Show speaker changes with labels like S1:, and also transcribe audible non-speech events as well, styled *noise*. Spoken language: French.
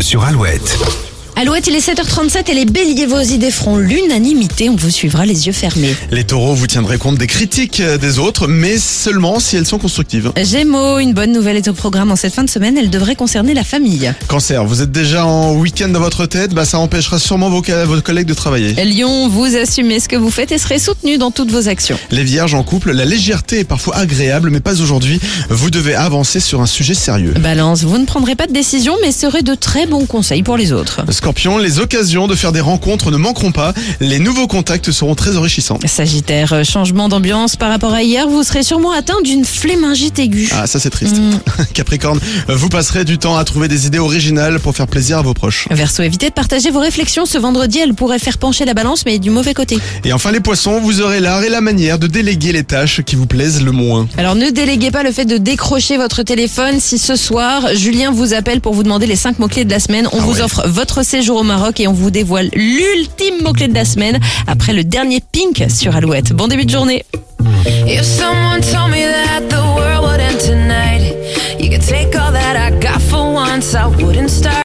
S1: sur Alouette.
S2: Alouette, il est 7h37 et les béliers, vos idées feront l'unanimité. On vous suivra les yeux fermés.
S3: Les taureaux, vous tiendrez compte des critiques euh, des autres, mais seulement si elles sont constructives.
S2: Gémeaux, une bonne nouvelle est au programme en cette fin de semaine. Elle devrait concerner la famille.
S3: Cancer, vous êtes déjà en week-end dans votre tête, bah ça empêchera sûrement vos, ca- vos collègues de travailler.
S2: Lyon, vous assumez ce que vous faites et serez soutenu dans toutes vos actions.
S3: Les vierges en couple, la légèreté est parfois agréable, mais pas aujourd'hui. Vous devez avancer sur un sujet sérieux.
S2: Balance, vous ne prendrez pas de décision, mais serez de très bons conseils pour les autres.
S3: Scorpion, les occasions de faire des rencontres ne manqueront pas. Les nouveaux contacts seront très enrichissants.
S2: Sagittaire, euh, changement d'ambiance par rapport à hier, vous serez sûrement atteint d'une flémingite aiguë.
S3: Ah, ça c'est triste.
S2: Mm.
S3: *laughs* Capricorne, vous passerez du temps à trouver des idées originales pour faire plaisir à vos proches.
S2: Verseau, évitez de partager vos réflexions ce vendredi, elle pourrait faire pencher la balance, mais du mauvais côté.
S3: Et enfin les poissons, vous aurez l'art et la manière de déléguer les tâches qui vous plaisent le moins.
S2: Alors ne déléguez pas le fait de décrocher votre téléphone si ce soir Julien vous appelle pour vous demander les 5 mots-clés de la semaine. On
S3: Ah
S2: vous
S3: ouais.
S2: offre votre séjour au Maroc et on vous dévoile l'ultime mot-clé de la semaine après le dernier Pink sur Alouette. Bon début de journée
S4: If someone told me that the world would end tonight, you could take all that I got for once, I would